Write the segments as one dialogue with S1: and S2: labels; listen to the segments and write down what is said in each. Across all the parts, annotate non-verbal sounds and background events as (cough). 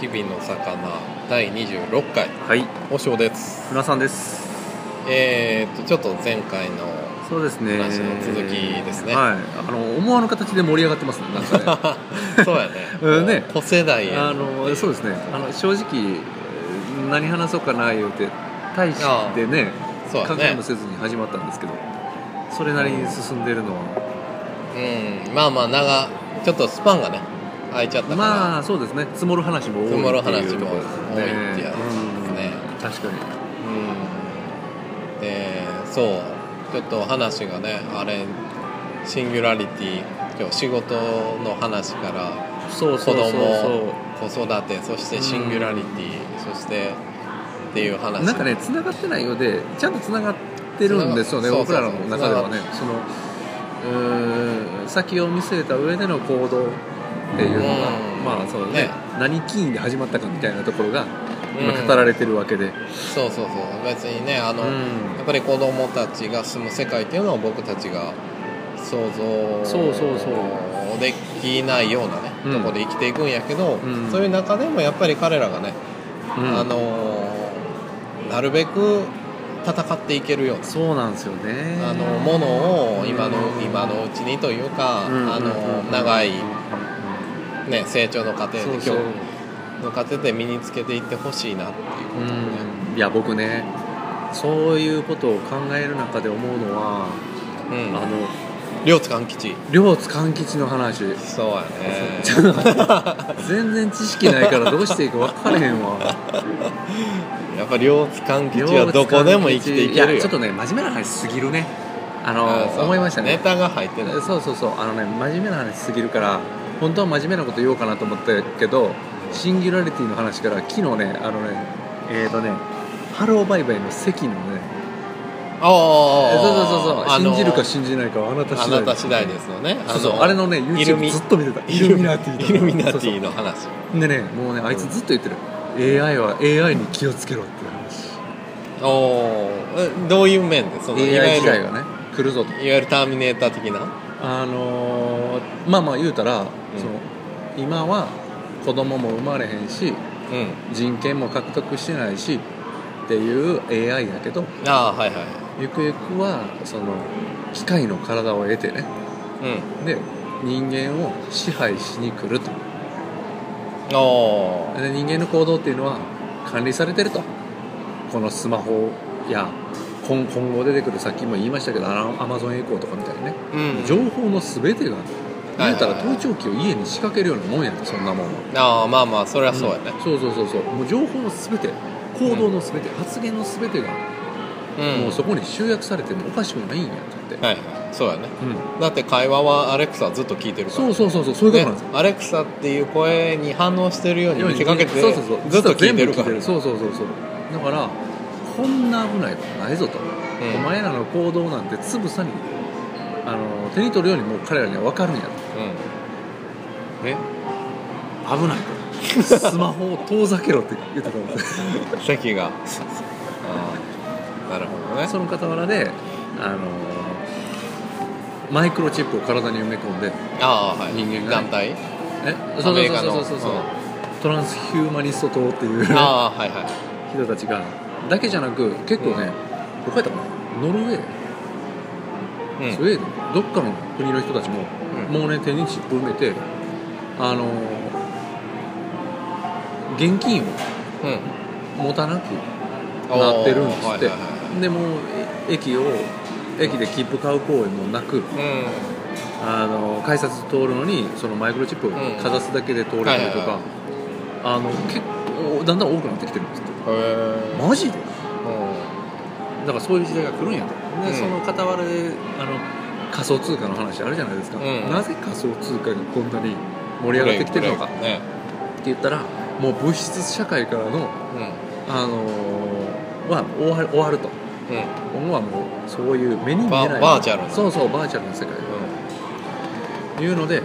S1: 日々の魚第26回
S2: はい、
S1: おしょうです
S2: 船さんです。
S1: えー、っとちょっと前回
S2: (laughs)
S1: の
S2: そうですね。
S1: 話の続きですね
S2: はい、あの思わぬ形で盛り上がってます
S1: (laughs)
S2: ね。なんかね
S1: そうやね
S2: うん
S1: も
S2: ね
S1: う子世代へ
S2: あのそうですね。あの正直えー何話そうかな言うて大してね
S1: そうや
S2: 考え
S1: ね
S2: もせずに始まったんですけど、それなりに進んでるのは、
S1: うんまあまあ長ちょっとスパンがね空いちゃったから、
S2: まあそうですね。積もる話も多いって
S1: 積もる話
S2: いう
S1: も
S2: ところです
S1: 多いってやつですね
S2: ね。うん確かに。
S1: うんでそうちょっと話がねあれシンギュラリティ今日仕事の話から
S2: そう
S1: 子
S2: そうそう
S1: 供
S2: そう。
S1: 子育てそしてシンギュラリティ、そしてっていう話
S2: なんかね繋がってないようでちゃんと繋がってるんですよね
S1: 繋が
S2: 僕らの中ではねそのうーん先を見据えた上での行動っていう
S1: う
S2: のが
S1: ん
S2: まあそうね
S1: ね
S2: 何起因で始まったかみたいなところが
S1: う
S2: 今
S1: ん
S2: 語られてるわけで、
S1: そうそうそう別にねあの、
S2: うん
S1: やっぱり子供たちが住む世界っていうのは僕たちが想像
S2: そうそうそう
S1: できないようなね、
S2: うん
S1: とこで生きていくんやけど、
S2: うん
S1: そういう中でもやっぱり彼らがね、
S2: うん
S1: あのーなるべく戦っていけるような
S2: そうなんですよね
S1: あのものを今の、
S2: うん
S1: 今のうちにというか、
S2: うん
S1: あの
S2: うん
S1: 長い
S2: うん、
S1: ね、成長の過程で
S2: そう
S1: 今日
S2: そう
S1: の過程で身につけていってほしいなっていうことをね、
S2: うんいや僕ねそういうことを考える中で思うのは、
S1: うん
S2: あの
S1: 両津勘吉
S2: 両津勘吉の話
S1: そうやね
S2: ちょっと全然知識ないからどうしていいか分からへんわ
S1: (laughs) やっぱ両津勘吉はどこでも生きていける
S2: や
S1: よ
S2: ちょっとね真面目な話すぎるねあの
S1: あそう
S2: 思いましたね
S1: ネタが入ってない
S2: そうそうそうあのね真面目な話すぎるから本当は真面目なこと言おうかなと思ったけどシンギュラリティの話から昨日ねあのねえー、とねハローバイバイの席のね
S1: あ
S2: そう
S1: あ
S2: そうそうそう
S1: あの
S2: 信じるか信じないかはあなた
S1: あ
S2: 次第
S1: なた次第ですよね
S2: そうそうあれのね
S1: イルミ
S2: YouTube ずっと見てた
S1: イルミ
S2: ナティ
S1: イルミナテ
S2: そうそう
S1: ィの話
S2: でねもうねあいつずっと言ってる AI は AI に気をつけろっていう話
S1: おおーえどういう面でそのいわ
S2: AI
S1: ゆ
S2: 時代
S1: る
S2: がね来るぞと
S1: いわゆるターミネーター的な
S2: あのーまあまあ言うたら、その今は子供も生まれへんし
S1: うん
S2: 人権も獲得してないしっていう AI だけど
S1: ああはいはい
S2: ゆくゆくはその機械の体を得てね
S1: う
S2: で人間を支配しに来ると
S1: んおー
S2: で人間の行動っていうのは管理されてるとこのスマホや今今後出てくるさっきも言いましたけどアマアマゾンエコーとかみたいなね
S1: うん
S2: 情報の全てが
S1: はいはいはい
S2: 言うたら盗聴器を家に仕掛けるようなもんやとそんなもんは
S1: ああまあまあそれはそうやね
S2: んそうそうそうそうもう情報の全て行動の全て、発言の全てが
S1: うん
S2: もうそこに集約されてもおかしくないんやとって、
S1: はいはいそうやね
S2: うん、
S1: だって会話はアレクサずっと聞いてるから
S2: そうそうそうそうそういうことなんですよ
S1: ねアレクサっていう声に反応してるように見せかけて
S2: そうそうそう
S1: ずっと聞いてるか
S2: 全部
S1: ら
S2: そうそうそうそうだからこんな危ないことないぞと、
S1: ん
S2: お前らの行動なんてつぶさにあの手に取るようにもう彼らには分かるんやとね危ないとスマホを遠ざけろって言ってたんですよ
S1: うん席がああなるほどね
S2: その傍らであのマイクロチップを体に埋め込んで
S1: ああはい
S2: 人間が (laughs)
S1: 団体
S2: え
S1: ア
S2: そう
S1: メ
S2: そう
S1: リカの
S2: そうそうそうそう、
S1: うん
S2: トランスヒューマニスト党っていう
S1: ああはいはい
S2: 人たちがだけじゃなく結構ね、どこやったかなノルウェー
S1: うん
S2: スウェーデンどっかの国の人たちも、
S1: うん
S2: もうね手にチップ埋めてあのー現金を
S1: うん
S2: 持たなくなってるんですって、
S1: おーはいはいは
S2: でもうえ駅を駅で切符買う行為もなく、
S1: うん
S2: あの改札通るのにそのマイクロチップをかざすだけで通れたりとか、あの結構だんだん多くなってきてるんですって
S1: へえ
S2: マジで
S1: うん
S2: だからそういう時代が来るんやとで、
S1: うん
S2: その傍らであの仮想通貨の話あるじゃないですか、
S1: うん
S2: なぜ仮想通貨がこんなに盛り上がってきてるのかって
S1: ね
S2: 言ったらもう物質社会からの、あのーは終わる終わると
S1: うんうん
S2: 今後はもうそういう目に見えな
S1: バ
S2: い
S1: バーチャルな
S2: そうそうバーチャルな世界というので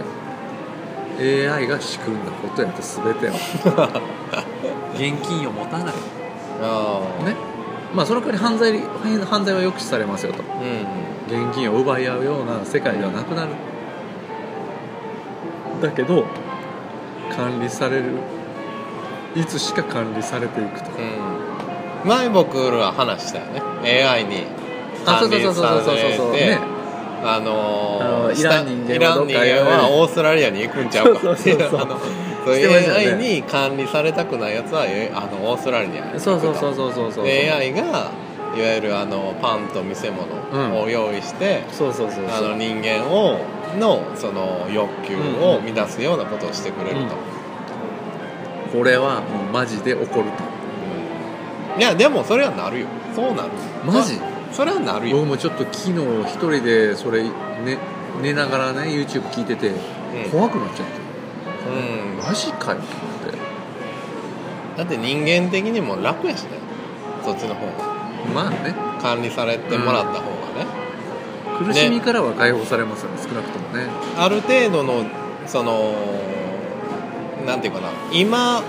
S2: AI が仕組んだことやと全
S1: (laughs)
S2: てを (laughs) 現金を持たない
S1: ああ
S2: ねまあその代わり犯罪犯罪は抑止されますよと
S1: う
S2: 現金を奪い合うような世界ではなくなるだけど管理されるいつしか管理されていくと
S1: うん、前僕ら話したよね AI に
S2: あ
S1: 管理されて
S2: ね
S1: あのー
S2: あのイラン人間は
S1: イラン人間はオーストラリアに行くんちゃうかってい
S2: そうそうそうう
S1: あのそう
S2: してました
S1: い
S2: よ
S1: う AI
S2: ね
S1: に管理されたくないやつはえあのオーストラリアに行くと
S2: そうそうそうそうそうそう
S1: で AI がいわゆるあのパンと見せ物を用意して、
S2: そうそうそう
S1: あ
S2: そ
S1: の
S2: う
S1: 人間をのその欲求を満たすようなことをしてくれると、
S2: うんこれはもうマジで怒ると
S1: うんいやでもそれはなるよそうなる
S2: マジ
S1: そそれはなるよ、
S2: 僕もちょっと昨日一人でそれ、ね、寝ながらね YouTube 聞いてて
S1: うん
S2: 怖くなっちゃって、
S1: うん
S2: マジかよって
S1: だって人間的にも楽やしねそっちの方が
S2: まあね
S1: 管理されてもらった方がね、
S2: 苦しみからは解放されますよね少なくともね
S1: ある程度のそのなんていうかな今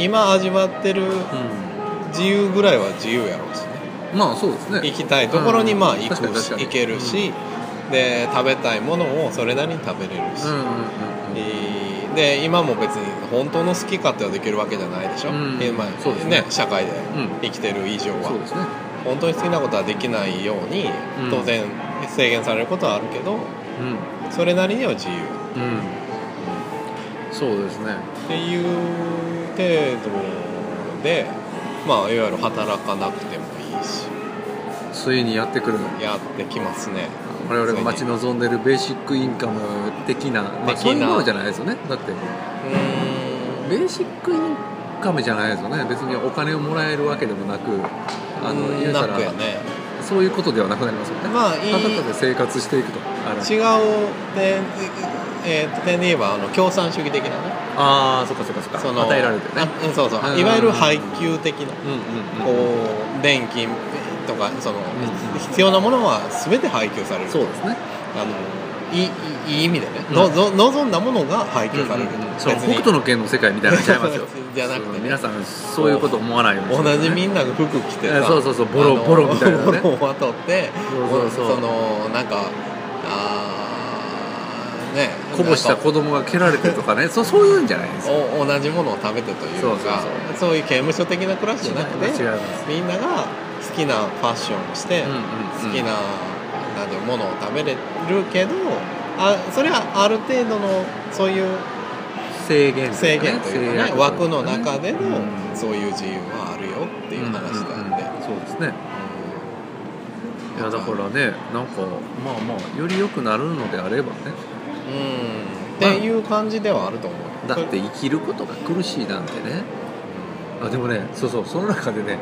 S1: 今味わってる自由ぐらいは自由やろうしね
S2: うんまあそうですね
S1: 行きたいところにまあ
S2: うん
S1: 行
S2: 確かに
S1: くし
S2: 確かに
S1: 行けるし、で食べたいものをそれなりに食べれるし、
S2: うんうん
S1: えーで今も別に本当の好き勝手はできるわけじゃないでしょ、
S2: うん
S1: えーまあ
S2: そうですね
S1: ね社会で
S2: うんうん
S1: 生きてる以上
S2: うん
S1: は
S2: そうですね
S1: 本当に好きなことはできないように
S2: うん
S1: 当然制限されることはあるけどそれなりには自由
S2: うんうんそうですね
S1: っていう程度でまあいわゆる働かなくてもいいし
S2: ついにやってくるの
S1: やってきますね
S2: 我々が待ち望んでるベーシックインカム的な、ま
S1: 的な
S2: あ、そういうものじゃないですよねだって
S1: う
S2: ベ
S1: ーん
S2: ーシックインカムじゃないですよね別にお金をもらえるわけでもなくあの言うた
S1: な
S2: ら
S1: くやね
S2: そういうことではなくなりますよね、
S1: まあいい
S2: ただただ生活していくとあの
S1: 違う点,、えー点で言えばあの共産主義的なね
S2: あーそっかそっかそっか
S1: その
S2: 与えられてね
S1: あうんそうそう
S2: うん
S1: いわゆる配給的な
S2: うん
S1: こ
S2: うんうん
S1: う電気とかその
S2: んうん
S1: 必要なものは全て配給される
S2: そうですね
S1: あのいいいいい意味でね、
S2: うん
S1: のぞ望んだものが配給される、
S2: そう
S1: 別
S2: 北
S1: に
S2: 斗の拳の世界みたいになっちゃいますよ
S1: (laughs) じゃなくてね
S2: そう皆さんそういうこと思わないようにしてくだ
S1: 同
S2: さいね
S1: じみんなが服着て
S2: え
S1: さ
S2: そうそうそうボ
S1: あ
S2: ロ
S1: の
S2: ボロみたいな
S1: ボ (laughs)
S2: ね
S1: ロをまとって
S2: そうそうそう
S1: そのなんかあーね
S2: こぼした子供が蹴られてとかねそうそういうんじゃないんですよ
S1: お同じものを食べてというか
S2: そ
S1: そうう
S2: そう
S1: いう刑務所的な暮らしじゃなくて
S2: 違います
S1: みんなが好きなファッションをして、
S2: うんうんうん
S1: 好きななんていうものを食べれるけどあそれはある程度のそういう
S2: 制限とい
S1: 制
S2: うかね
S1: 限という
S2: 制
S1: か
S2: 約
S1: ね
S2: と
S1: 枠の
S2: かね
S1: 中での
S2: うん
S1: そういう自由はあるよっていう話であって、
S2: うんうんうんそうですねいや
S1: うん
S2: だからねなんかまあまあより良くなるのであればね
S1: うんっていう感じではあると思うよ
S2: だって生きることが苦しいなんてねあでもねそうそうその中でね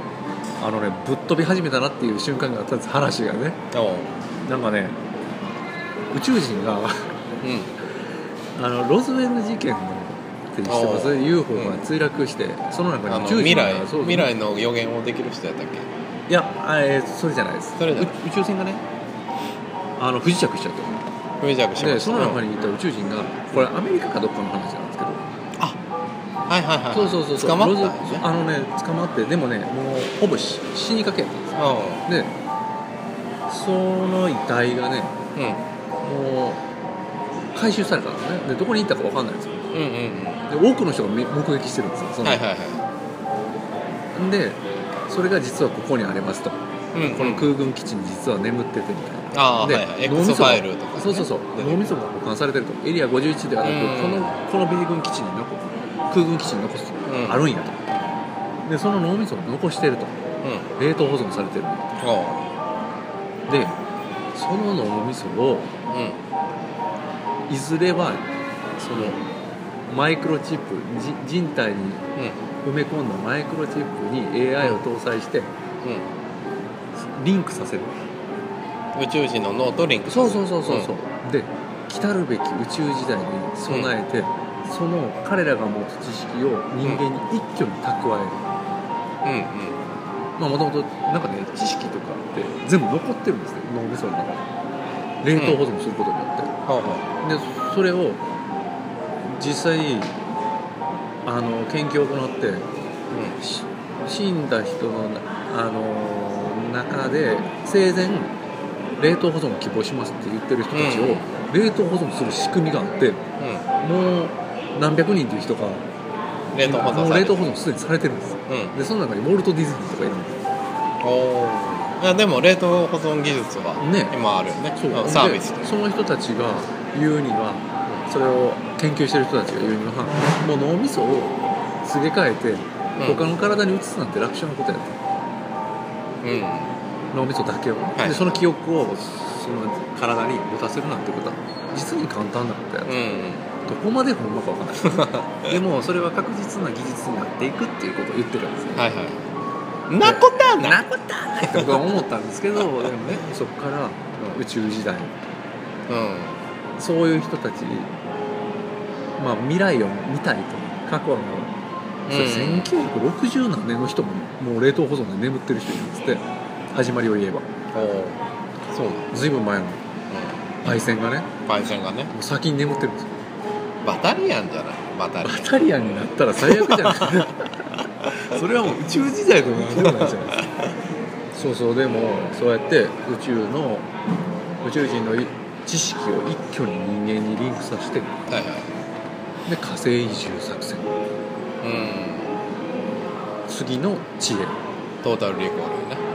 S2: あのねぶっ飛び始めたなっていう瞬間があったんです話がね
S1: それうんおう
S2: なんかね宇宙人が
S1: うん
S2: あのロズウェル事件のって知ってます
S1: おう
S2: UFO が墜落して、その中
S1: あの
S2: に宇宙
S1: 未
S2: 人
S1: 来
S2: がそうそう
S1: 未来の予言をできる人やったっけ
S2: いやあえーそれじゃないです
S1: それじゃ
S2: う
S1: ない
S2: 宇宙船がねあの不時着しちゃった
S1: 不時着しました
S2: でその中にいた宇宙人がこれアメリカかどっかの話なんですけど
S1: あはいはいはい
S2: そうそうそうそう
S1: 捕まっ
S2: ロズ
S1: たんやね
S2: あのね捕まってでもねもうほぼ死死にかけやったんですよでその遺体がね
S1: うんうん
S2: もう回収されたんですねでどこに行ったか分かんないんですよ
S1: うんうんうん
S2: で多くの人が見目撃してるんですよその、
S1: はいはいは
S2: でそれが実はここにありますと、
S1: いうん
S2: この空軍基地に実は眠っててみたいな
S1: ああ
S2: で
S1: はいはいエ
S2: 脳
S1: ク
S2: み
S1: ソ
S2: そ
S1: フ
S2: が
S1: ァイルとかね
S2: そうそうそう
S1: 出てくる
S2: 脳みそが保管されてるとエリア51ではなくこ
S1: うん
S2: のこの米軍基地に残空軍基地に残す
S1: うん
S2: あるんやとでその脳みそを残してると
S1: うん
S2: 冷凍保存されてる
S1: お
S2: でその脳みそ
S1: う
S2: を
S1: うん
S2: いずれはそのマイクロチップじ人体に埋め込んだマイクロチップに AI を搭載して
S1: う
S2: リンクさせる
S1: んうん宇宙人の脳とリンク
S2: そうそうそうそうそう、で来たるべき宇宙時代に備えて、その彼らが持つ知識を人間に一挙に蓄え
S1: う
S2: る、
S1: んうん
S2: まあもともとなんかね知識とかって全部残ってるんですね脳みその中に冷凍保存することによって、
S1: ほうほ
S2: でそれを実際にあの研究を行って
S1: ううん
S2: し死んだ人のなあの中で生前冷凍保存を希望しますって言ってる人たち
S1: う
S2: を冷凍保存する仕組みがあって
S1: うん
S2: もう何百人という人が
S1: 冷凍保存
S2: もう
S1: されて
S2: 冷凍保存すでにされてるんですよ
S1: うん
S2: でその中にウォルト・ディズニーとかいるんですよ
S1: おーいやでも冷凍保存技術は
S2: ね
S1: 今あるよね
S2: そう
S1: うんサービスとい
S2: で
S1: う
S2: その人たちが言うにはそれを研究してる人たちが言うにはもう脳みそをすげ替えて
S1: ん
S2: 他の体に移すなんて楽勝なことやと、
S1: うん
S2: 脳みそだけを、
S1: い
S2: でその記憶をその体に持たせるなんてことは実に簡単なことやと、
S1: うん
S2: どこまでほんまかわから
S1: (laughs)
S2: ないでもそれは確実な技術になっていくっていうことを言ってるんですね
S1: はいはいなことはない
S2: なことはないと僕は思ったんですけ
S1: (laughs)
S2: どでもねそこから宇宙時代
S1: うん
S2: そういう人たち、まあ、未来を見たいと過去の、それ
S1: うん
S2: 1960何年の人ももう冷凍保存で眠ってる人いるんですって始まりを言えば
S1: おーそうなの
S2: 随分前の焙煎がね
S1: うん焙煎がね
S2: もう先に眠ってるんですよ
S1: バタリアンじゃないバタリ
S2: バ
S1: アン
S2: タリアンになったら最悪じゃ (laughs) ないですかそれはもう宇宙時代と同じでもないじゃないですかそうそうでもそうやって宇宙の宇宙人のい知識を一挙に人間にリンクさせてで
S1: はいはい
S2: 火星移住作戦
S1: うん
S2: 次の知恵
S1: トータルリコールね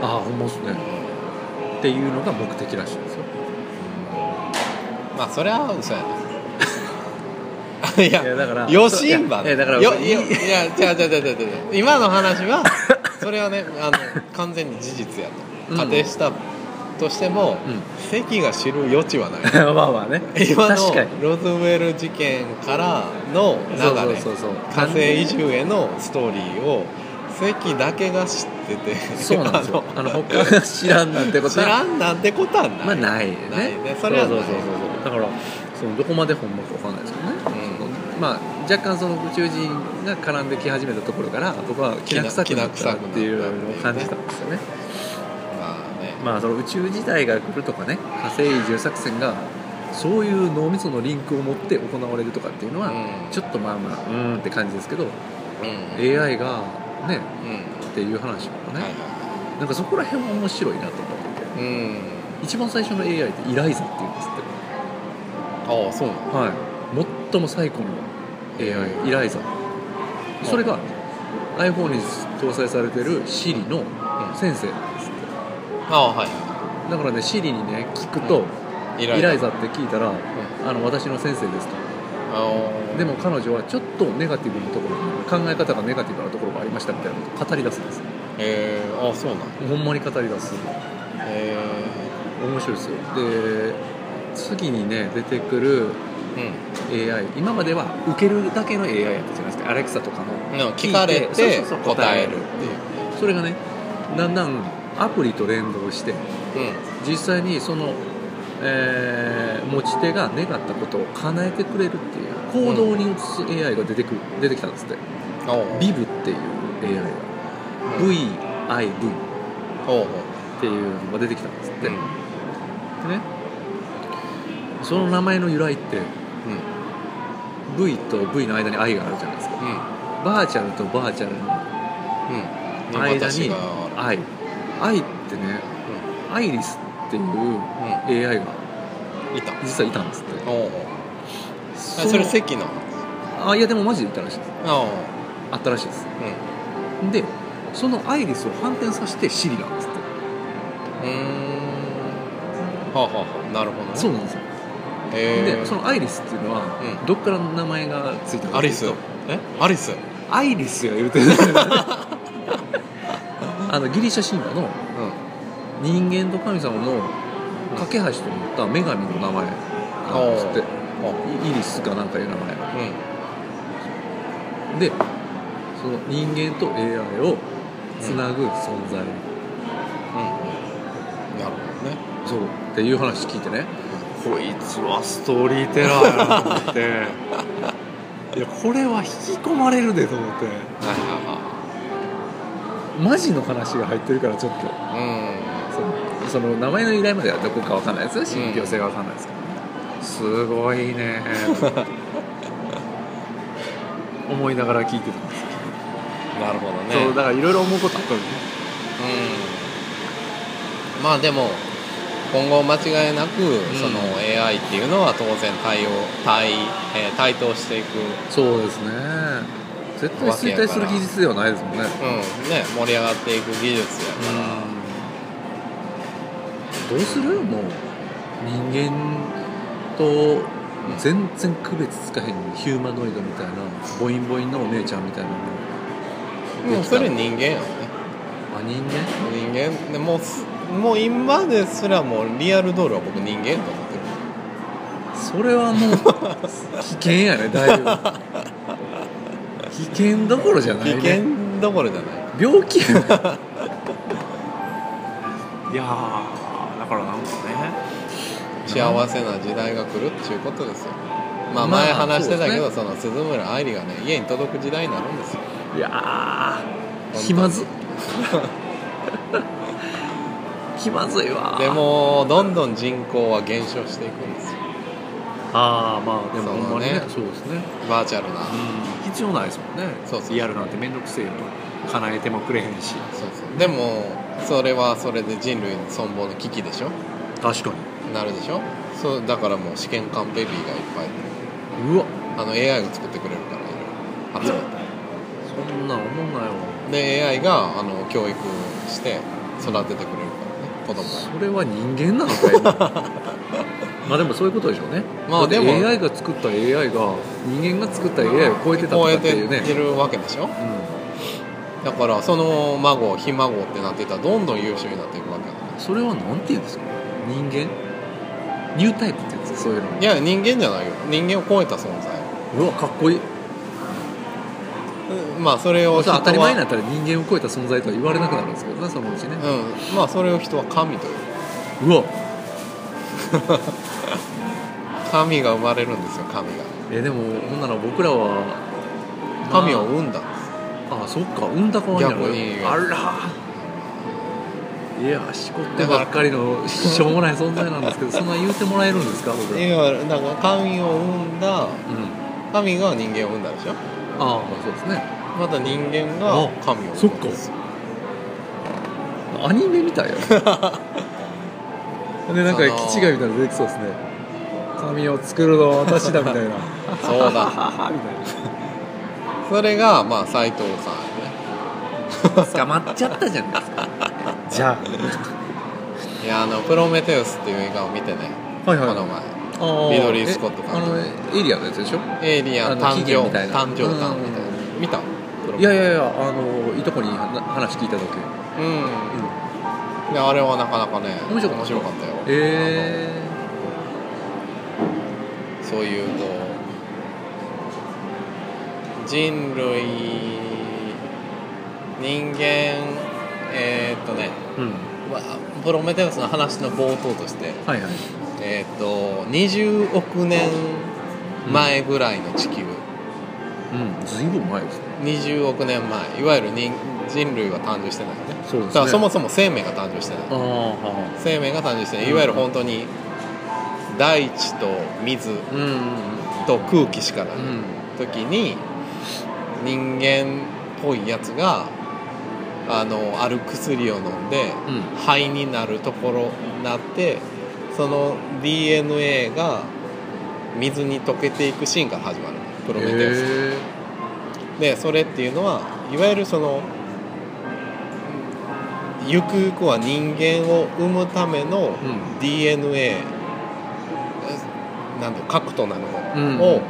S2: ああほんまっすねっていうのが目的らしいんですよ
S1: まあそれは嘘や
S2: (laughs)
S1: ないや
S2: だから
S1: 余震波
S2: いやいやだから
S1: よ
S2: い
S1: いやいや違う違う違う違う違う今の話はそれはねあの完全に事実やと
S2: うん
S1: 仮定したとしても、
S2: う
S1: 関が知る余地
S2: (laughs)
S1: はない
S2: んまあまあね
S1: 今の
S2: 確かに
S1: ロズウェル事件からの流れ
S2: そうそうそうそう
S1: 火星移住へのストーリーを関だけが知ってて
S2: そうなんです
S1: (laughs)
S2: よあの他が知らんなんて
S1: あの
S2: こと
S1: 知らんなんてことはない、
S2: まあないね
S1: ないねそれはない
S2: そうそうそうそうだからそのどこまで本物かわかんないですけどね、
S1: う
S2: そのまあ、若干その宇宙人が絡んでき始めたところから僕はきな臭くなったっていうのを感じたんですよね
S1: まあね
S2: まあその宇宙時代が来るとかね火星移住作戦がそういう脳みそのリンクを持って行われるとかっていうのは、
S1: うん
S2: ちょっとまあまあうーんって感じですけど、
S1: うん
S2: AI がね
S1: うん
S2: っていう話とか
S1: は
S2: ね、
S1: いは
S2: なんかそこら辺は面白いなと思ってて
S1: いうん
S2: 一番最初の AI ってイライザっていうんですって
S1: ああそうなの
S2: はい、最も最古の AI イライザ
S1: い
S2: それが iPhone に搭載されてる Siri の
S1: うん
S2: 先生なんですって
S1: ああは
S2: だからね Siri にね聞くと
S1: いイ
S2: 「イライ
S1: ザ
S2: ザ」って聞いたら「あの私の先生です」と
S1: あ
S2: でも彼女はちょっとネガティブなところ考え方がネガティブなところがありましたみたいなことを語り出すんです
S1: ええああそうなの
S2: ほんまに語り出す
S1: え
S2: 面白いですよで次にね出てくる
S1: え
S2: AI 今までは受けるだけの AI やったじゃないですかアレクサとかの
S1: うんでも聞かれ
S2: 聞いて
S1: て
S2: そうそうそう
S1: 答える
S2: それがねだんだんアプリと連動して
S1: うん
S2: 実際にその、えー持ち手が願ったことを叶えてくれるっていう行動に移す AI が出てくる出てきたんですって
S1: おう
S2: VIV っていう AI が VIV っ
S1: おう
S2: ていうのが出てきたんですって、
S1: うん
S2: でねその名前の由来って V と V の間に I があるじゃないですか
S1: うんうん
S2: バーチャルとバーチャルの
S1: うん
S2: 間
S1: 私
S2: に
S1: が
S2: I I ってねアイリスっていう
S1: う
S2: AI が
S1: んいた
S2: 実はいたんですって
S1: おうあ
S2: そ
S1: それ
S2: の
S1: 関の
S2: あいやでもマジでいたらしいです
S1: おう
S2: あったらしいですでそのアイリスを反転させてシリなんですって
S1: うんうーんはあはあはあなるほどね
S2: そうなんですよ
S1: へえ
S2: でそのアイリスっていうのは、
S1: うん
S2: どっから名前がついたか
S1: ア
S2: って
S1: リ
S2: いう
S1: ス
S2: と
S1: えアリス
S2: アイリスや言うてるあのギリシャ神話の
S1: う
S2: 人間と神様の架け橋となった女神の名前なんですって
S1: んおう
S2: イイリスかなんかいう名前
S1: うん
S2: でその人間と AI をつなぐ存在、
S1: うんなるほどね
S2: そうっていう話聞いてね、こいつはストーリーテラーやなと思っていやこれは引き込まれるでと思って
S1: はいは
S2: マジの話が入ってるからちょっと
S1: いは
S2: そのその名前の由来まではどこかわかんないですよ信憑性がわかんないですけど、すごいね思いながら聞いてたんですよ、
S1: いうんなるほどね
S2: そうだからいろいろ思うことあったんですね
S1: うんまあでも今後間違いなく、その AI っていうのは当然対応対、えー対等していく
S2: そうですね絶対衰退する技術ではないですもんね
S1: うんね盛り上がっていく技術やから
S2: どうするもう人間と全然区別つかへんヒューマノイドみたいなボインボインのお姉ちゃんみたいなの
S1: もうそれ
S2: あ
S1: 人間やもんね
S2: 人間
S1: 人間でもうすもう今ですらもうリアルドールは僕人間と思ってる
S2: それはも (laughs) う危険やねだいぶ危険どころじゃない、ね、
S1: 危険どころじゃない
S2: 病気やね (laughs) いやーだからなんかね
S1: 幸せな時代が来るっちゅうことですよまあ
S2: まあ
S1: 前話してたけ
S2: そう
S1: ど
S2: で
S1: その鈴村愛理がね家に届く時代になるんですよ
S2: いやー
S1: 本当
S2: 気まず (laughs) 気まずいわ
S1: でもどんどん人口は減少していくんですよ
S2: ああまあでも
S1: そう
S2: ほ
S1: ね
S2: んまにねそうですね
S1: バーチャルな
S2: 必要ないですもんね
S1: そうそう
S2: リアルなんて面倒くせえよと叶えてもくれへんし
S1: そうそうでもそれはそれで人類存亡の危機でしょ
S2: 確か
S1: なるでしょそうだからもう試験官ベビーがいっぱい
S2: にうわ
S1: あの AI が作ってくれるからいろいろ集めて
S2: そんなん思んないわ
S1: で AI があの教育して育ててくれるからね子供を
S2: それは人間なのかよ
S1: (laughs)
S2: まあでもそういうことでしょうね
S1: まあ
S2: だって
S1: でも
S2: AI が作った AI が人間が作った AI を超えてたとかっていうね
S1: 超えてるわけでしょだからその孫ひ孫ってなってたらどんどん優秀になっていくわけだね
S2: うん、それはなんて言うんですか人間ニュータイプってやつそういうの
S1: いや人間じゃないよ人間を超えた存在
S2: うわかっこいい
S1: うんまあそれを
S2: そ
S1: 人
S2: う
S1: は
S2: 当たり前になったら人間を超えた存在とは言われなくなるんですけどねそのうちね
S1: うんまあそれを人は神という
S2: うわ
S1: 神が生まれるんですよ神が
S2: えでもほんなら僕らは
S1: 神を
S2: ま
S1: 生んだんです
S2: ああそっか産んだ側になる
S1: 逆に
S2: あらいやしこってばっかり (laughs) のしょうもない存在なんですけどそんな言うてもらえるんですか僕ら
S1: いやだから神を生んだ
S2: うん
S1: 神が人間を生んだでしょ
S2: ああそうですね
S1: また人間が神を生んだんですよ
S2: アニメみたいや (laughs) なでなんか
S1: その
S2: 気違いみたいなの出てきそうですね髪を作るのは私だみたいな
S1: そうだ
S2: みた
S1: それがまあ斎藤さんやね
S2: いな捕まっちゃったじゃないですかじゃ
S1: いやあの「プロメテウス」っていう映画を見てね、
S2: あはいはい
S1: この前
S2: あ
S1: リドリースコット監
S2: か
S1: 督
S2: あのエリアのやつでしょ
S1: エイリアン
S2: あの
S1: 誕
S2: 起源
S1: 生
S2: みたいな
S1: 誕生誕みたいな見た
S2: いやい
S1: や
S2: やいやあのいとこには話聞いただけ
S1: うんであれはなかなかね
S2: 面白かった
S1: かったよ
S2: え
S1: あのそういうこう人類人間えーっとね
S2: えー、うん
S1: まあプロメテウスの話の冒頭として
S2: はいはい
S1: えーっと20億年前ぐらいの地球、
S2: うんずいぶん前ですね
S1: 20億年前いわゆる人人類は誕生してないよね
S2: そうですね
S1: だからそもそも生命が誕生してない
S2: ああ
S1: 生命が誕生してないいわゆる本当に大地と水
S2: うんうん
S1: と空気しかない
S2: うん
S1: 時に人間っぽいやつがあのある薬を飲んで
S2: うん
S1: 肺になるところになってその DNA が水に溶けていくシーンから始まるのプロメテウス
S2: へ
S1: でそれっていうのはいわゆるそのゆくゆくは人間を生むための
S2: うん
S1: DNA、なんだろう核となるも
S2: えうん
S1: のを、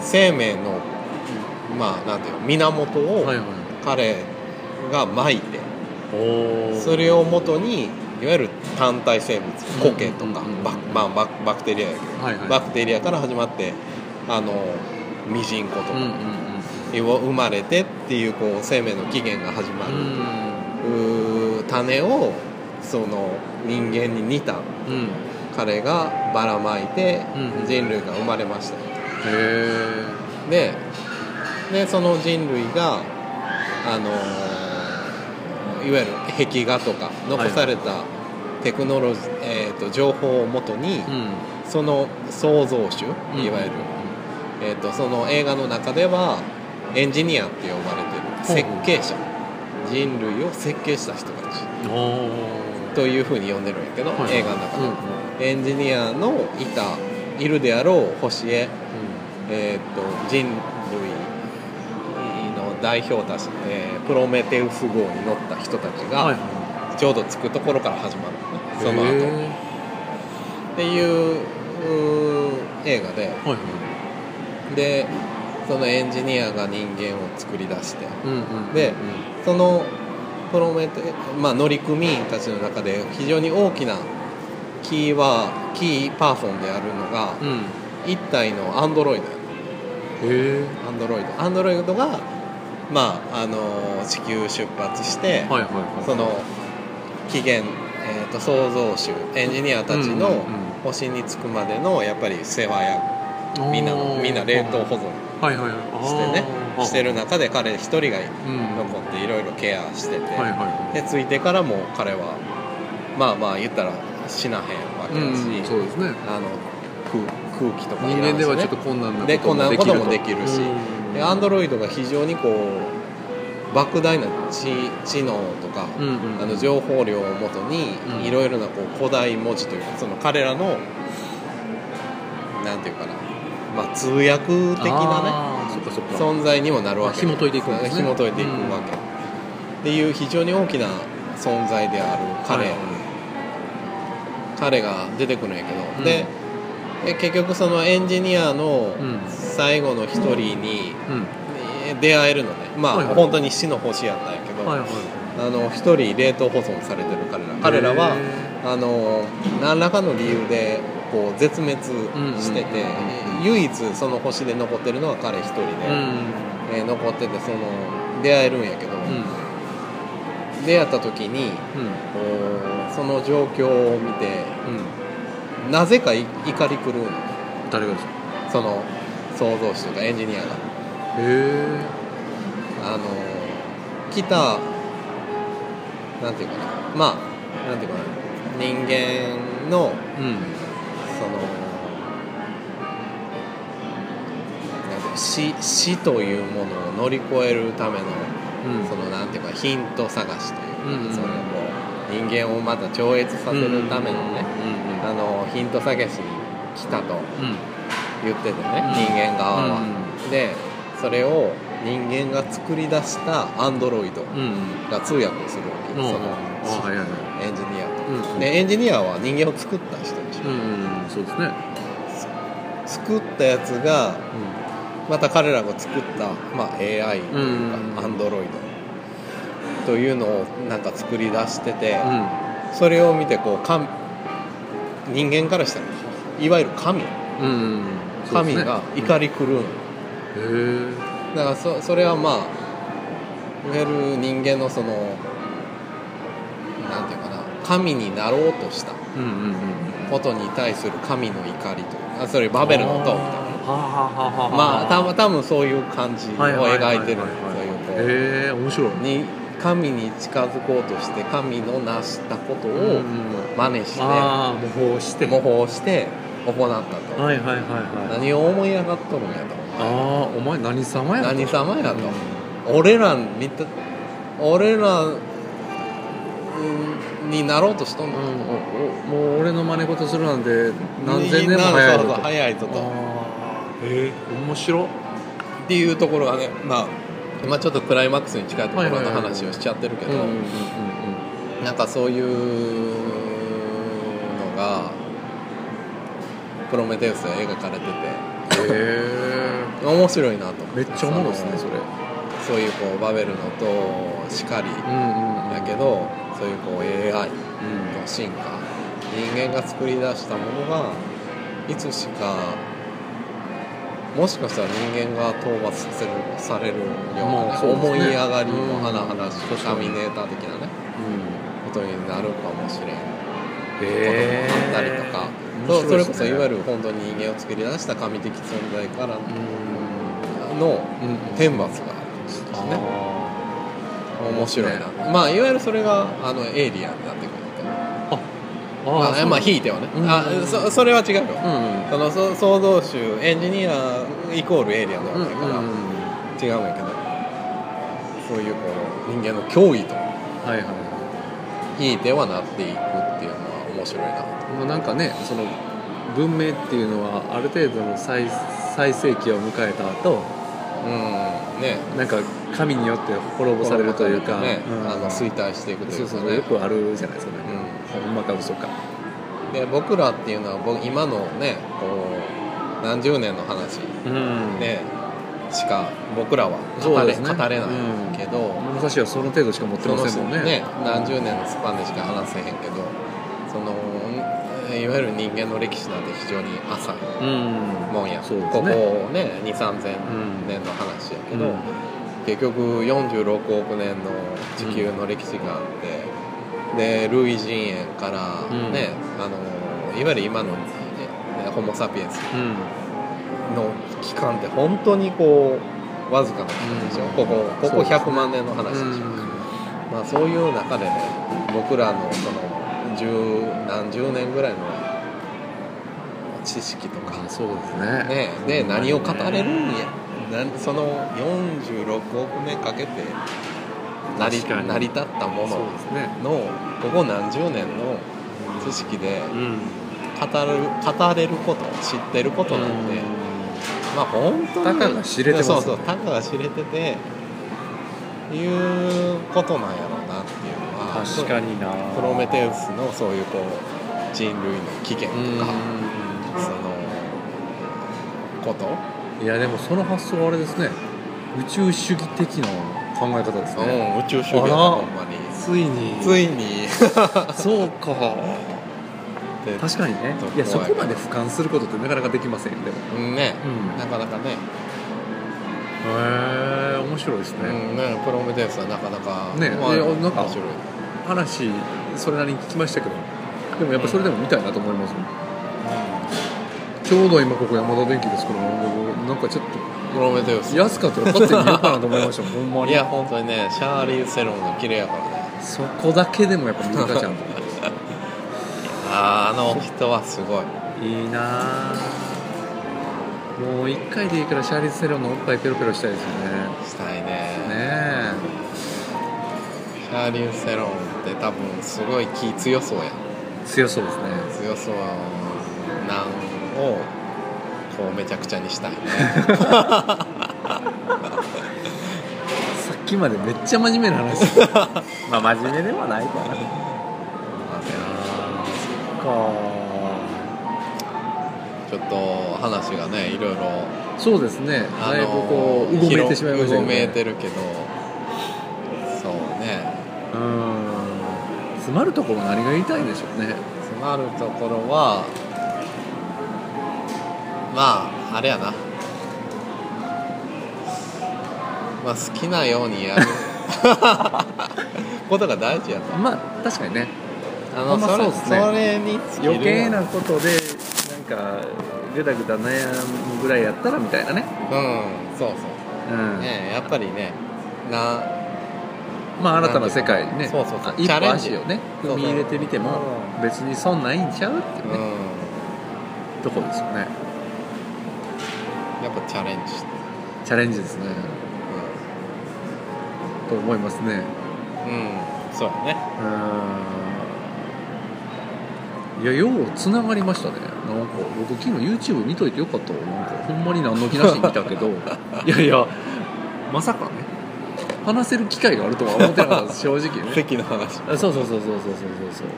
S1: 生命のまあなんていうの源
S2: うん
S1: を
S2: はいはい
S1: 彼がまいて、
S2: おー
S1: それをもとにいわゆる単体生物
S2: うん
S1: 苔とか、
S2: うん
S1: バクまあ、バクバクテリアやけど、
S2: はいはい
S1: バクテリアから始まってあのミジンコとか。
S2: うんうん
S1: 生まれてっていうこう生命の起源が始ま
S2: うん
S1: る、うー種をその人間に似た
S2: うんうん
S1: 彼がばらまいて
S2: うんうん
S1: 人類が生まれました
S2: へえ
S1: ででその人類があのーいわゆる壁画とか残されたテクノロジー、えーと情報をもとに、
S2: うん
S1: その創造主
S2: うん
S1: いわゆる、えー、とその映画の中ではエンジニアって呼ばれてる
S2: ほうほう
S1: 設計者人類を設計した人たち
S2: おー
S1: というふうに呼んでるんやけど、
S2: はい
S1: 映画の中
S2: う
S1: で、
S2: んう
S1: エ
S2: ん
S1: ンジニアのいたいるであろう星へ、えー、と人類代表たち、えープロメテウス号に乗った人たち
S2: はい
S1: が
S2: は
S1: ちょうど着くところから始まるのね、
S2: い
S1: その
S2: へ
S1: 後
S2: ー
S1: っていううー映画で
S2: はいはい
S1: でそのエンジニアが人間を作り出して
S2: うんうん
S1: で
S2: うん
S1: そのプロメテ、まあ、乗組員たちの中で非常に大きなキーはキーパーソンであるのが
S2: うん
S1: 一体のアンドロイドや
S2: へ
S1: アンドロイドアンドロイドが、まあ、あの地球出発して、
S2: えはいはいはい
S1: その起源、えー、と創造主エンジニアたち
S2: うん
S1: の
S2: うん
S1: 星に着くまでのやっぱり世話や
S2: うん
S1: みんな
S2: おー
S1: みんな冷凍保存
S2: はいはいはい
S1: してね
S2: あー
S1: してる中で彼一人が
S2: うん
S1: 残っていろいろケアしてて、
S2: はいは
S1: で
S2: い
S1: 着いてからも彼はまあまあ言ったら死なへんわけ
S2: う
S1: だ
S2: ん
S1: し、
S2: そうですね
S1: あの空空気とかい
S2: 人
S1: らんしね
S2: 間ではちょっと困難な
S1: で
S2: こともできる
S1: 困難なこともできるし
S2: うん
S1: でアンドロイドが非常にこう莫大な知知能とか、
S2: うんうん
S1: あの情報量をもとに
S2: うん
S1: いろいろなこう古代文字というかその彼らのなんていうかな、まあ、通訳的なね
S2: あーそっかそっか
S1: 存在にもなるわけ
S2: 紐解いていくんですね
S1: 紐解いていくわけ、
S2: うん
S1: っていう非常に大きな存在である彼、
S2: はい
S1: 彼が出てくるんやけど、
S2: うん
S1: でで結局そのエンジニアの
S2: うん
S1: 最後の一人に
S2: うん
S1: えー出会えるのねまあ、
S2: はいはい
S1: 本当に死の星やったんやけど、
S2: はいはい
S1: あの一人冷凍保存されてる彼ら彼らは
S2: へ
S1: あの何らかの理由でこう絶滅してて、
S2: うん
S1: 唯一その星で残ってるのは彼一人で、
S2: ーうん
S1: えー残っててその出会えるんやけど、
S2: うん
S1: 出会った時に
S2: うん
S1: こうその状況を見て
S2: う
S1: なぜかい怒り狂うのね
S2: ん誰がですか
S1: その創造主というかエンジニアが
S2: へえ
S1: あの来たなんていうかなまあなんていうかな人間の
S2: うん
S1: そのなんていうか死死というものを乗り越えるための
S2: うん
S1: そのなんていうかヒント探しというか、
S2: うんうんうん
S1: それも人間をまた超越させるためのね、あのヒント探しに来たと
S2: うんうんうん
S1: 言っててね、
S2: ん
S1: 人間側は、
S2: う
S1: でそれを人間が作り出したアンドロイド
S2: うん
S1: が通訳をするわけ、
S2: うんうん
S1: そ
S2: あはい
S1: の
S2: はいはい
S1: エンジニアと、
S2: うんうん
S1: でエンジニアは人間を作った人でしょ、
S2: うんうんそうですね
S1: 作ったやつがまた彼らが作った、まあ、AI という
S2: うんうん
S1: かアンドロイドというのをなんか作り出してて、
S2: うん
S1: それを見てこう神人間からしたらいわゆる神
S2: うんうんうんそう
S1: 神
S2: ですね
S1: が怒り狂うの、
S2: うんへえ
S1: だからそそれはまあいわゆる人間のそのなんていうかな神になろうとした
S2: うんうんうんうん
S1: ことに対する神の怒りというあそれバベルの塔みたいな
S2: あーはあはあはあは
S1: まあ
S2: あ
S1: た多分そういう感じを
S2: はいはいはい
S1: 描いてるそういうこう
S2: へえ面白い
S1: に神に近づこうとして神の成したこと
S2: うんう
S1: を
S2: ん
S1: 真似して
S2: ああ模倣して
S1: 模倣して行ったと、
S2: はいはいはいはい
S1: 何を思い上がっとるんやと
S2: ああお前何様やと
S1: 何様やと、
S2: う
S1: 俺ら見た俺らうんになろうとしとん
S2: ん
S1: の、
S2: うんおおもう俺の真似事するなんて何千年も早
S1: そ
S2: いぞ
S1: う
S2: と
S1: そう早いぞと
S2: あーへえ面白
S1: っていうところがねまあ今ちょっとクライマックスに近いところ
S2: はい
S1: の
S2: はいはいはい
S1: 話をしちゃってるけ
S2: うん
S1: ど、
S2: うんうんうん
S1: なんかそういうのが「プロメテウス」は描かれてて
S2: へえ
S1: 面白いなと思
S2: めっちゃおもろいですねそれ
S1: そのそういうこうバベルの塔しかり
S2: うんうんうん
S1: だけどそういうこう AI
S2: うん
S1: の進化人間が作り出したものがいつしかもしかしたら人間が討伐させるされるようなね、
S2: まあそうですね
S1: 思い上がりも甚
S2: うん
S1: だしい
S2: 確
S1: タ
S2: か
S1: ー
S2: に
S1: ミネーター的なね
S2: うん
S1: ことになるかもしれんこと
S2: へえ
S1: もあったりとか、そうそれこそいわゆる本当に人間を作り出した神的存在からの
S2: うんうん
S1: 天罰が
S2: あ
S1: ね
S2: ー
S1: 面白いな、まあいわゆるそれがあのエイリアンになってくるみたいな
S2: あ
S1: まあ、
S2: ー
S1: まあ引いてはね、
S2: うん
S1: あそそれは違うよ、
S2: うん
S1: そのそ創造主エンジニアイコールエイリアンではないから、
S2: うんうん
S1: 違うんやけどそういうこう人間の脅威と
S2: はいは
S1: 引いてはなっていくっていうのは面白いなと
S2: いもうなんかねその文明っていうのはある程度の最最盛期を迎えた後
S1: うんね
S2: なんか神によって滅ぼされるというか、
S1: ね
S2: うん
S1: あの衰退していくとい
S2: そう
S1: うか
S2: そう
S1: ね
S2: そうよくあるじゃないですかね、
S1: う
S2: ほんまか嘘か
S1: で僕らっていうのは僕今のねこう何十年の話
S2: うん
S1: ねしか僕らは
S2: そ
S1: 語
S2: うで
S1: れ,、
S2: すね
S1: 語れないけど、
S2: 物差しはその程度しか持って
S1: そ
S2: ま
S1: の
S2: せんもんね
S1: ね何十年のスパンでしか話せへんけどそのいわゆる人間の歴史なんて非常に浅い
S2: うん
S1: もんや、
S2: そうですね
S1: ここね2 3千
S2: うん
S1: 年の話やけ
S2: け
S1: ど、
S2: ど、
S1: 結局46億年の地球の歴史があって、でルイ人猿から
S2: うん
S1: ね、あのいわゆる今の、ね、ホモ・サピエンス
S2: うん
S1: の期間って本当にこうわずかな期間でしょ、
S2: うん
S1: こここ
S2: そ
S1: こ
S2: うですね
S1: 100万年の話でしょ、まあ、そういう中でね僕らのその十何十年ぐらいの知識とか
S2: あ、そうですね
S1: ね、で何を語れるんやなその46億年かけて成り
S2: 確かに
S1: 成り立ったも
S2: そう
S1: の
S2: ですね
S1: のここ何十年の知識で
S2: うん
S1: 語る語れること知ってることなんで、まあ本当に
S2: たかが知れてます
S1: そ
S2: ね
S1: うそうたかが知れてていうことなんやろうなっていうのは
S2: 確かにな
S1: プロメテウスのそういうこう人類の起源とか、そのこと
S2: うんいやでもその発想はあれですね宇宙主義的な考え方ですね、
S1: うん、宇宙主義やな
S2: あら
S1: ほんまに
S2: ついに
S1: ついに
S2: そう
S1: (laughs)
S2: か (laughs) 確かにね
S1: そう
S2: いやそこまで俯瞰することってなかなかできませんよでも
S1: うんね
S2: うん
S1: なかなかね,、
S2: へえ面白いですね、
S1: うん、ねプロメテウスはなかなか
S2: ね
S1: まあ、
S2: いやなんか
S1: 面白い
S2: 話それなりに聞きましたけどでもやっぱそれでも見たいなと思います、ちょうど今ここ山田電機ですから僕なんかちょっ
S1: プロメテウス
S2: と安かったら勝手に見ようかなと思いましたもんほんま
S1: い
S2: に
S1: や本当にねシャーリー・セロンが綺麗やからね
S2: そこだけでもやっぱ見るかちゃんと
S1: あーあの人はすごい
S2: いいなあもう一回でいいからシャーリーズ・セロンのおっぱいペロペロしたいですよね
S1: したいね
S2: ね
S1: シャーリー・セロンって多分すごい気強そうやん
S2: え強そうですね
S1: 強そうなんをこうめちゃくちゃにしたい
S2: (laughs)
S1: ね
S2: さっきまでめっちゃ真面目な話 (laughs) まあ真面目ではないからああ
S1: ちょっと話がねいろいろ
S2: そっかそうですね
S1: あ
S2: だいぶ
S1: の
S2: こううごめいてしまいました
S1: うごめいて
S2: る
S1: るけどそうね
S2: うん詰まるところ何が言いたいんでしょうね
S1: 詰まるところはまああれやなまあ好きなように
S2: (laughs)
S1: やることが大事やと
S2: まあ確かにね
S1: あ
S2: ほ
S1: の
S2: んま
S1: それ
S2: そうっすね
S1: それに尽きる
S2: 余計なことでなんかぐだぐだ悩むぐらいやったらみたいなね
S1: うんそうそう
S2: うん、
S1: ねやっぱりねな
S2: まあ新たな世界にね
S1: そうそうそう
S2: あ一
S1: チャ
S2: 歩
S1: レンジ
S2: 足をね踏み入れてみても別に損ないんちゃうっていううね、
S1: ん
S2: とこですよね
S1: やっぱチャレンジして、
S2: チャレンジですねと思いますね
S1: うん、うん、そうやね
S2: うんいやようつながりましたねなんか僕昨日 YouTube 見といてよかったわなんかほんまに何の気なしに見た
S1: (laughs)
S2: けどいやいやまさかね話せる機会があるとは思ってなかったです正直
S1: (laughs)
S2: ね
S1: 席の話
S2: あそうそうそうそうそうそうそうそう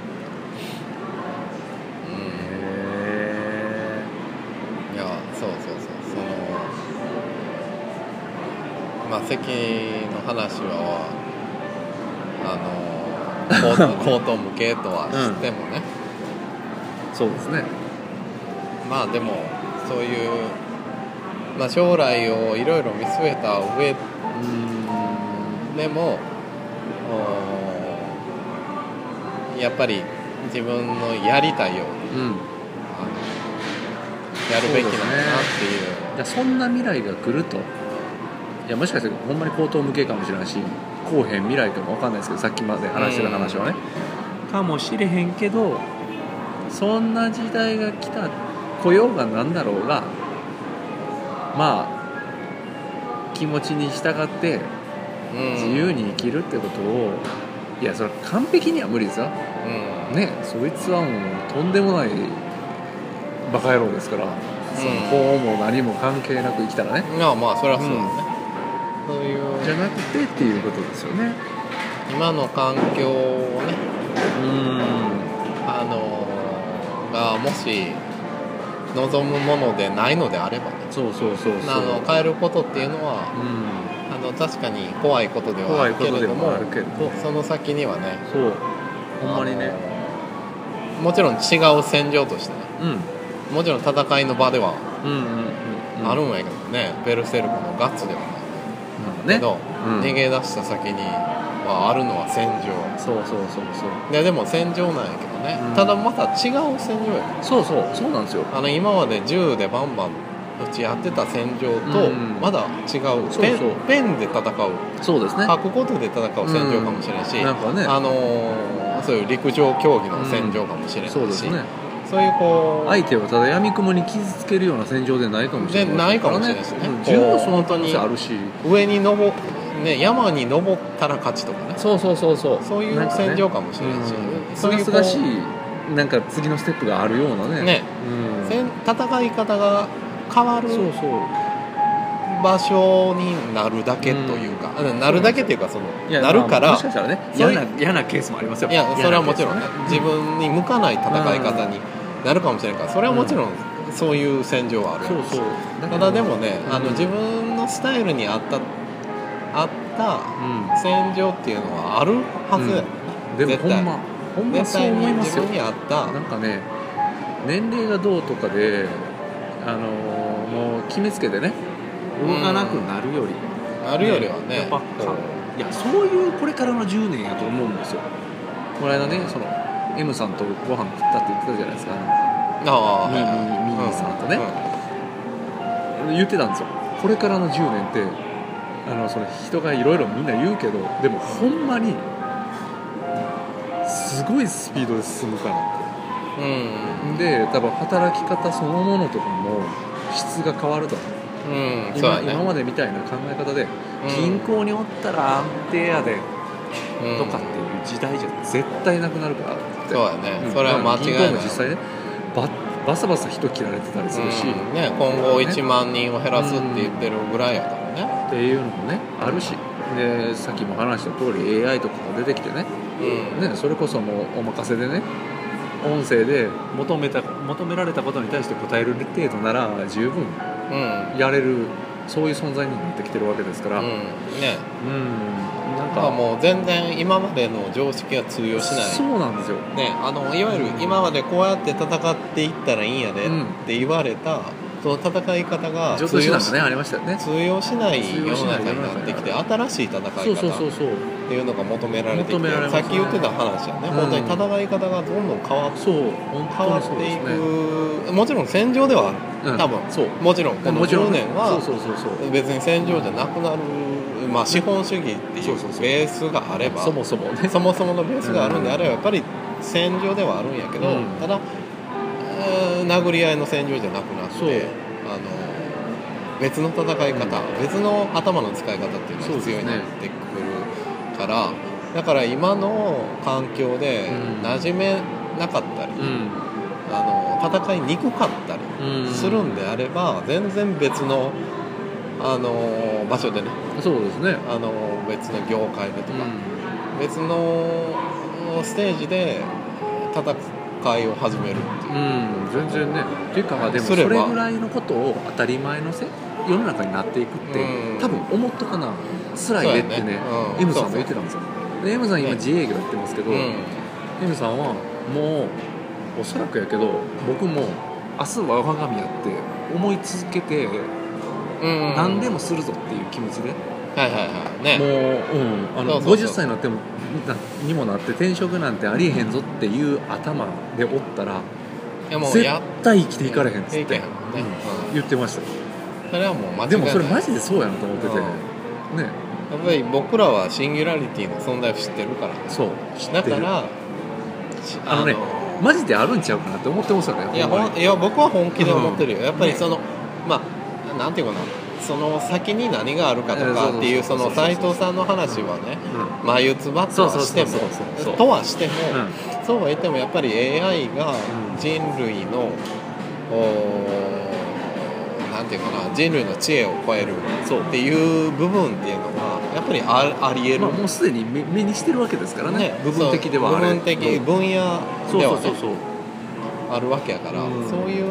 S1: うん
S2: へ
S1: いやそうそうそうそのまあ席の話は (laughs) あの口頭口頭無形とはしてもね、
S2: えそうですね
S1: まあでもそういう、まあ、将来をいろいろ見据えた上で
S2: うー
S1: でもうんやっぱり自分のやりたいように
S2: んうん
S1: あのやるべきなんだなっていう
S2: いやそんな未来が来るといやもしかしてほんまに高等無形かもしれないし後編未来かもわかんないですけどさっきまで話してる話はね、かもしれへんけどそんな時代が来た来ようがなんだろうがまあ気持ちに従って
S1: うん
S2: 自由に生きるってことを、いやそれは完璧には無理ですよ
S1: うん
S2: ねそいつはもうとんでもないバカ野郎ですから、その法も何も関係なく生きたらね
S1: いやまあそれはそうだねそういう
S2: じゃなくてっていうことですよね
S1: 今の環境をね
S2: うん
S1: あのがもし望むものでないのであればね
S2: そうそうそうそう
S1: あの変えることっていうのは
S2: うん
S1: あの確かに怖いことではあ
S2: 怖い
S1: る
S2: こ
S1: けれ
S2: とで
S1: ど
S2: も
S1: も
S2: あるけれど
S1: その先にはね
S2: そうほんまにね
S1: あのもちろん違う戦場としてね
S2: うん
S1: もちろん戦いの場では
S2: うんうんうん
S1: あるんやけどね、ベルセルクのガッツではない
S2: なんか
S1: け
S2: ね
S1: ど、
S2: うん
S1: 逃げ出した先にはあるのは戦場
S2: そうそうそうそう
S1: ででも戦場なんやけどね、
S2: うん
S1: ただまた違う戦場やね
S2: そうそうそうなんですよ
S1: あの今まで銃でバンバンうちやってた戦場と
S2: うん
S1: まだ違う,、
S2: そう
S1: ペン
S2: そう
S1: ペンで戦う
S2: そうですね
S1: 書くことで戦う戦場かもしれんし、
S2: なんかね
S1: あのーそういう陸上競技の戦場かもしれないし、
S2: そうですね
S1: そういうこう
S2: 相手をただ闇雲に傷つけるような戦場でないかもしれない
S1: でないかもしれないですね
S2: うん十分その
S1: こう
S2: 可能性あるし
S1: 上に登ね山に登ったら勝ちとかね
S2: そうそうそうそう
S1: そうい
S2: な
S1: うん
S2: かね
S1: 戦場かもしれないし、
S2: うんす
S1: そうい
S2: が
S1: う
S2: す
S1: こう
S2: がしいなんか次のステップがあるようなね
S1: ね
S2: うん
S1: 戦戦い方が変わる
S2: そうそう
S1: 場所になるだけというか、なるだけというかその
S2: いや
S1: なるか
S2: まあ
S1: ら、
S2: もしかしたらね
S1: そう
S2: 嫌
S1: いう
S2: な嫌なケースもありますよ
S1: いやそれはもちろんね
S2: 嫌なケース
S1: 自分に向かない戦い方になるかもしれないからそれはもちろんそういう戦場はある
S2: そうそう
S1: ただでもね、あ
S2: う
S1: の
S2: ん
S1: 自分のスタイルに合った合っ
S2: うん
S1: た戦場っていうのはあるはずや、
S2: でも
S1: 絶
S2: ほ
S1: 対
S2: んまほんま
S1: 絶
S2: そう
S1: 対に
S2: 思いま
S1: 自
S2: すよ
S1: 分に合った
S2: なんかね年齢がどうとかであのーもう決めつけてね動かなくなるより、
S1: あるよりはね
S2: やっぱ
S1: こ
S2: いやそういうこれからの10年やと思うんですよこの間ねその M さんとご飯食ったって言ってたじゃないですか
S1: うああ
S2: ミーミーミーさんとね言ってたんですよこれからの10年ってあのその人がいろいろみんな言うけどでもほんまにすごいスピードで進むからって
S1: うんうん
S2: で多分働き方そのものとかも質が変わると思う
S1: うん、そう
S2: 今
S1: やね
S2: 今までみたいな考え方で、
S1: うん
S2: 銀行におったら安定やで
S1: うん
S2: とかっていう時代じゃ絶対なくなるからって
S1: そうやね、
S2: うん
S1: それは間違いない、
S2: 銀行も実際ねババサバサ人切られてたりするし、
S1: うんね、今後1万人を減らすって言ってるぐらいやからね、
S2: っていうのもねあるしでさっきも話した通り AI とかが出てきてね
S1: うん
S2: ね、それこそもうお任せでね音声で求めた求められたことに対して答える程度なら十分
S1: うん
S2: やれるそういう存在になってきてるわけですから、
S1: うんね
S2: うんなん
S1: だか
S2: か
S1: らもう全然今までの常識は通用し
S2: そ
S1: な
S2: うなんですよ
S1: い、ね、あのいわゆる今までこうやって戦っていったらいいんやでっ
S2: うん
S1: て言われた、その戦い方が
S2: 上
S1: 通
S2: 手手
S1: 用
S2: 段
S1: し
S2: がねありましたよね
S1: 通用しない
S2: 通
S1: 世
S2: 用し
S1: の
S2: ない
S1: 中になってきて新しい戦い
S2: そうそうそ
S1: 方
S2: う
S1: っ
S2: そう
S1: ていうのが求められてき
S2: 求められ
S1: てさ
S2: ますね
S1: っき言ってた話やね、
S2: うん
S1: 本当に戦い方がどんどん変わって
S2: そう
S1: 変
S2: 本
S1: わ
S2: 当にそう
S1: っ
S2: で
S1: て
S2: す
S1: い
S2: ね
S1: く、もちろん戦場ではある
S2: うん
S1: 多分
S2: そう
S1: もちろんこの
S2: もちろ
S1: 10
S2: ん
S1: 年は
S2: そうそうそうそう
S1: 別に戦場じゃなくなる、まあ、資本主義ってい
S2: そうそうそうう
S1: ベースがあれば
S2: そもそも
S1: (laughs)
S2: ね
S1: そもそものベースがあるんであればやっぱり戦場ではあるんやけど、
S2: うん
S1: ただうーん殴り合いの戦場じゃなくなっ
S2: そう
S1: てあの別の戦い方、別の頭の使い方っていうのが必要になってくるから、だから今の環境で
S2: うん
S1: 馴染めなかったり、
S2: うん
S1: あの戦いにくかったり
S2: うん
S1: するんであれば全然別のあの場所でね
S2: そうですね
S1: あの別の業界でと
S2: う
S1: か、
S2: ん
S1: 別のステージで戦いを始めるっていう、
S2: うん全然ねっていうかでも
S1: す
S2: そ
S1: れ
S2: れ
S1: ば
S2: ぐらいのことを当たり前のせ世の中になっていくって
S1: うん
S2: 多分思っとかな辛いねって
S1: そうや
S2: ね
S1: ねうん
S2: M さんも言ってたんですよで M さん今
S1: ね
S2: 自営業やってますけど、
S1: うん
S2: M さんはもうおそらくやけど僕も明日は我が身やって思い続けて
S1: うん
S2: 何でもするぞっていう気持ちで、
S1: はいはいはいね
S2: もう、うん、あの
S1: そうそうそう
S2: 50歳になってもなにもなって転職なんてありえへんぞっていう頭でおったら
S1: いやもう
S2: 絶
S1: や
S2: 対生きていかれへんっつっ
S1: いけ
S2: て
S1: へんもんね、うん
S2: 言ってましたよ
S1: それはもう間違いない
S2: でもそれマジでそうやなと思ってて
S1: うん
S2: ね
S1: やっぱり僕らはシンギュラリティの存在を知ってるから
S2: そう知
S1: だ
S2: ってる
S1: からし
S2: あのねマジであるんちゃうかなって思ってますよね
S1: いや
S2: ほんま
S1: ほ
S2: に
S1: んいや僕は本気で思ってるよ、
S2: うん
S1: やっぱりそのまあなんていうかなその先に何があるかとかっていう
S2: えーそ
S1: そう
S2: そうそう
S1: の斎藤さんの話はね眉唾とはして
S2: そうそうそうそ
S1: も
S2: うそう
S1: とはしても、
S2: うんうん
S1: そうは言ってもやっぱり AI が
S2: ん
S1: 人類の、おーなんていうかな人類の知恵を超える
S2: そう
S1: っていう部分っていうのはやっぱりあありえる、
S2: まあ、もうすでに目目にしてるわけですからね部分的ではあれ
S1: 部分的分野
S2: そう
S1: で
S2: そ
S1: は、ね、
S2: うそうそう、
S1: あるわけやから、
S2: うん
S1: そういう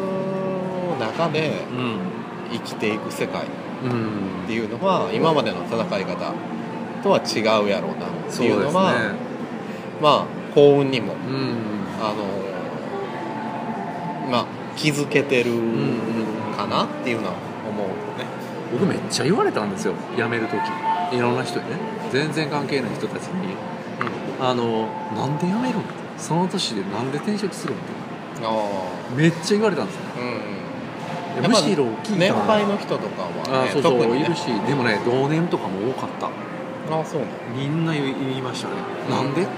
S1: 中で
S2: うん
S1: 生きていく世界っ
S2: うん
S1: ていうのは今までの戦い方とは違うやろうなっていうのは
S2: そうですね
S1: まあ幸運にも
S2: うん
S1: あのまあ気づけてる
S2: ん
S1: かなっていうのは思うね、
S2: 僕めっちゃ言われたんですよ辞める時いろんな人にね全然関係ない人たちに「あのなんで辞めるの?」その年でなんで転職するの?」
S1: あ
S2: めっちゃ言われたんですよ
S1: あうん
S2: い
S1: や
S2: や
S1: っ
S2: む
S1: ぱ
S2: しろ聞い
S1: 年
S2: たの
S1: 配の人とかは、
S2: あ
S1: ね、
S2: そうそう、
S1: 特に、
S2: い
S1: ね、
S2: るしでもね同年とかも多かった
S1: あそうなん
S2: みんな言い言いましたねなんでって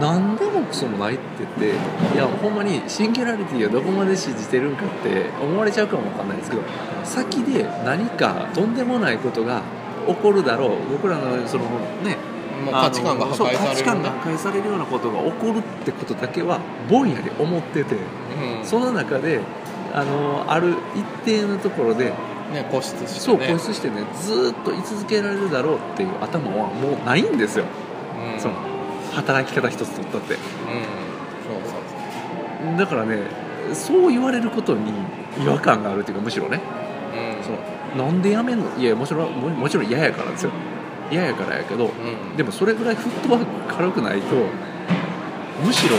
S2: なんでもクソもないって言っていやほんまにシンギュラリティをどこまで信じてるんかって思われちゃうかもわかんないですけど先で何かとんでもないことが起こるだろう僕らのそのね
S1: もう価値観が
S2: あの
S1: 破壊される、ね、
S2: そう価値観が破壊されるようなことが起こるってことだけはぼんやり思ってて、
S1: うん、
S2: その中であのある一定のところで
S1: ね固執してね
S2: そう固執してねずーっと居続けられるだろうっていう頭はもうないんですよ、
S1: うん、
S2: その働き方一つとったって
S1: うんそうそうそ
S2: だからねそう言われることに違和感があるっていうかむしろね、
S1: ううん
S2: そのなんでやめんのいやもちろんももちろん嫌やからですよ嫌やからやけど
S1: うん、
S2: でもそれぐらいフットワーク軽くないとむしろ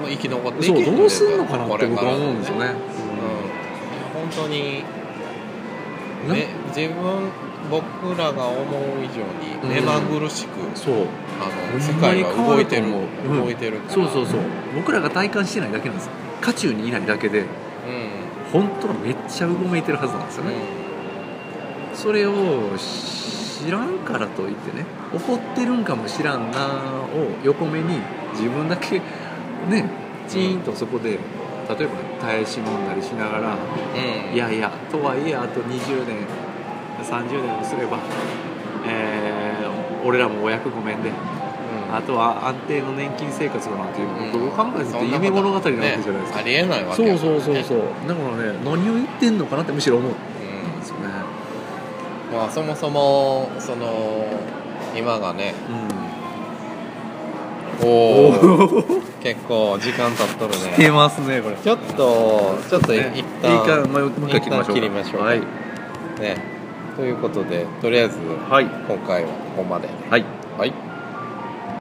S1: もう生き残ってい
S2: そう
S1: け
S2: どうすんのかな
S1: こ
S2: って
S1: れ
S2: 僕
S1: ら
S2: は思うんですよね、
S1: うん、本当に
S2: うん
S1: ね自分僕らが思う以上に目まぐるしく、
S2: そう
S1: あの
S2: ほんまに
S1: 世界が動いてる
S2: 変わると思ううん
S1: 動いてるから
S2: そうそうそう僕らが体感してないだけなんです渦中にいないだけで
S1: うん
S2: 本当はめっちゃうごめいてるはずなんですよ
S1: うん
S2: ね、それを知らんからといってね怒ってるんかもしらんなを横目に自分だけねチーンとそこで例えば耐え忍んだりしながら、
S1: うん
S2: いやいやとはいえあと20年30年もすれば、えー俺らもお役ごめんで
S1: うん
S2: あとは安定の年金生活だなっていう、
S1: うん
S2: 僕考えてて夢物語なわけじゃないですか、
S1: ねありえないわけ
S2: そう
S1: やから
S2: そ
S1: ね
S2: うそうそうだからね何を言ってんのかなってむしろ思
S1: う
S2: う
S1: ん
S2: んですよね
S1: まあ、そもそもその今がねおお
S2: おお
S1: 結構時間経っとる
S2: (laughs) 来て
S1: ね
S2: ますねこれ
S1: ちょっとちょっと
S2: ね
S1: 一
S2: いいか
S1: 旦
S2: もう一回切りまし
S1: 一旦
S2: ょう
S1: 切りましょう
S2: はい
S1: ねということでとりあえず
S2: はい
S1: 今回はここまで
S2: はい
S1: はい